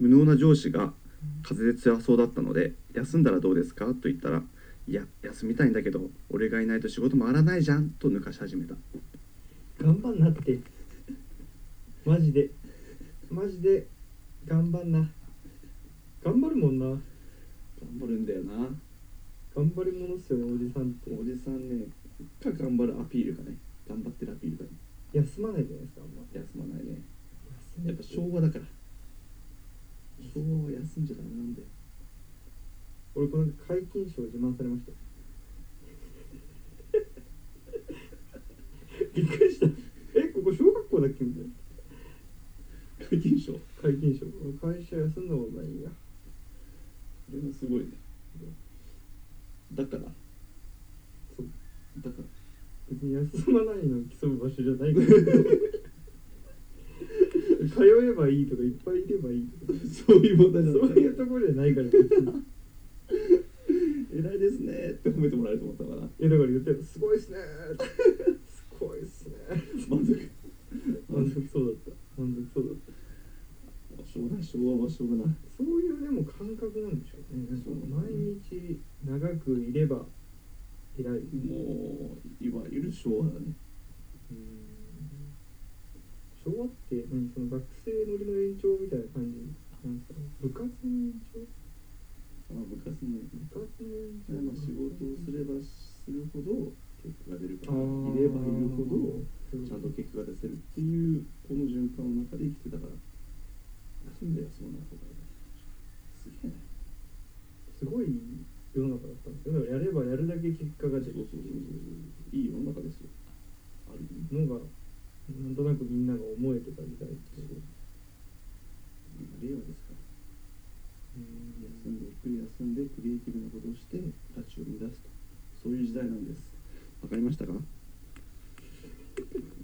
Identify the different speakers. Speaker 1: 無能な上司が風邪で辛そうだったので「休んだらどうですか?」と言ったら「いや休みたいんだけど俺がいないと仕事回らないじゃん」と抜かし始めた
Speaker 2: 頑張んなってマジでマジで頑張んな頑張るもんな
Speaker 1: 頑張るんだよな
Speaker 2: 頑張り者っすよねおじさんって
Speaker 1: おじさんねいつか頑張るアピールがね頑張ってるアピールがね
Speaker 2: 休まないじゃないですかあんま
Speaker 1: 休まないね
Speaker 2: 休んで
Speaker 1: やっぱ昭和だから昭和は休んじゃダメなんだよ
Speaker 2: 俺この間皆勤賞自慢されましたびっくりしたえここ小学校だっけみたいな
Speaker 1: 皆勤賞
Speaker 2: 皆勤賞俺会社休んだ方がいいや
Speaker 1: それはすごいねだから
Speaker 2: そう
Speaker 1: だから
Speaker 2: 別に休まないのを競う場所じゃないから通えばいいとかいっぱいいればいいとか
Speaker 1: そういう問題な
Speaker 2: そ
Speaker 1: の
Speaker 2: ういうところじゃないから別に
Speaker 1: 偉いですねって褒めてもらえると思ったから
Speaker 2: えだから言ってたすごいっすねーってすごいっすねーって
Speaker 1: 満足
Speaker 2: 満足そうだった満足そうだった
Speaker 1: しょうがないしょうがないしょうがない
Speaker 2: そういうでも感覚なんでしょうねなんか毎日長くいれば偉いうん
Speaker 1: もういわゆる昭和だね
Speaker 2: 昭和って何その学生乗りの延長みたいな感じなんですかね部活の延長
Speaker 1: あ部活のね
Speaker 2: 部活の延長
Speaker 1: まあ仕事をすればするほど結果が出るから
Speaker 2: あー
Speaker 1: いればいるほどちゃんと結果が出せるっていうこの循環の中で生きてたから休んで休まない方がいいすげえね
Speaker 2: すごい世の中だったんですよだからやればやるだけ結果が
Speaker 1: そう
Speaker 2: 出
Speaker 1: そう
Speaker 2: る
Speaker 1: そうそういい世の中ですよある意味
Speaker 2: のがなんとなくみんなが思えてた時代って
Speaker 1: そう今令和ですから休ん
Speaker 2: う
Speaker 1: でゆっくり休んでクリエイティブなことをして価値を生み出すとそういう時代なんですわかりましたかは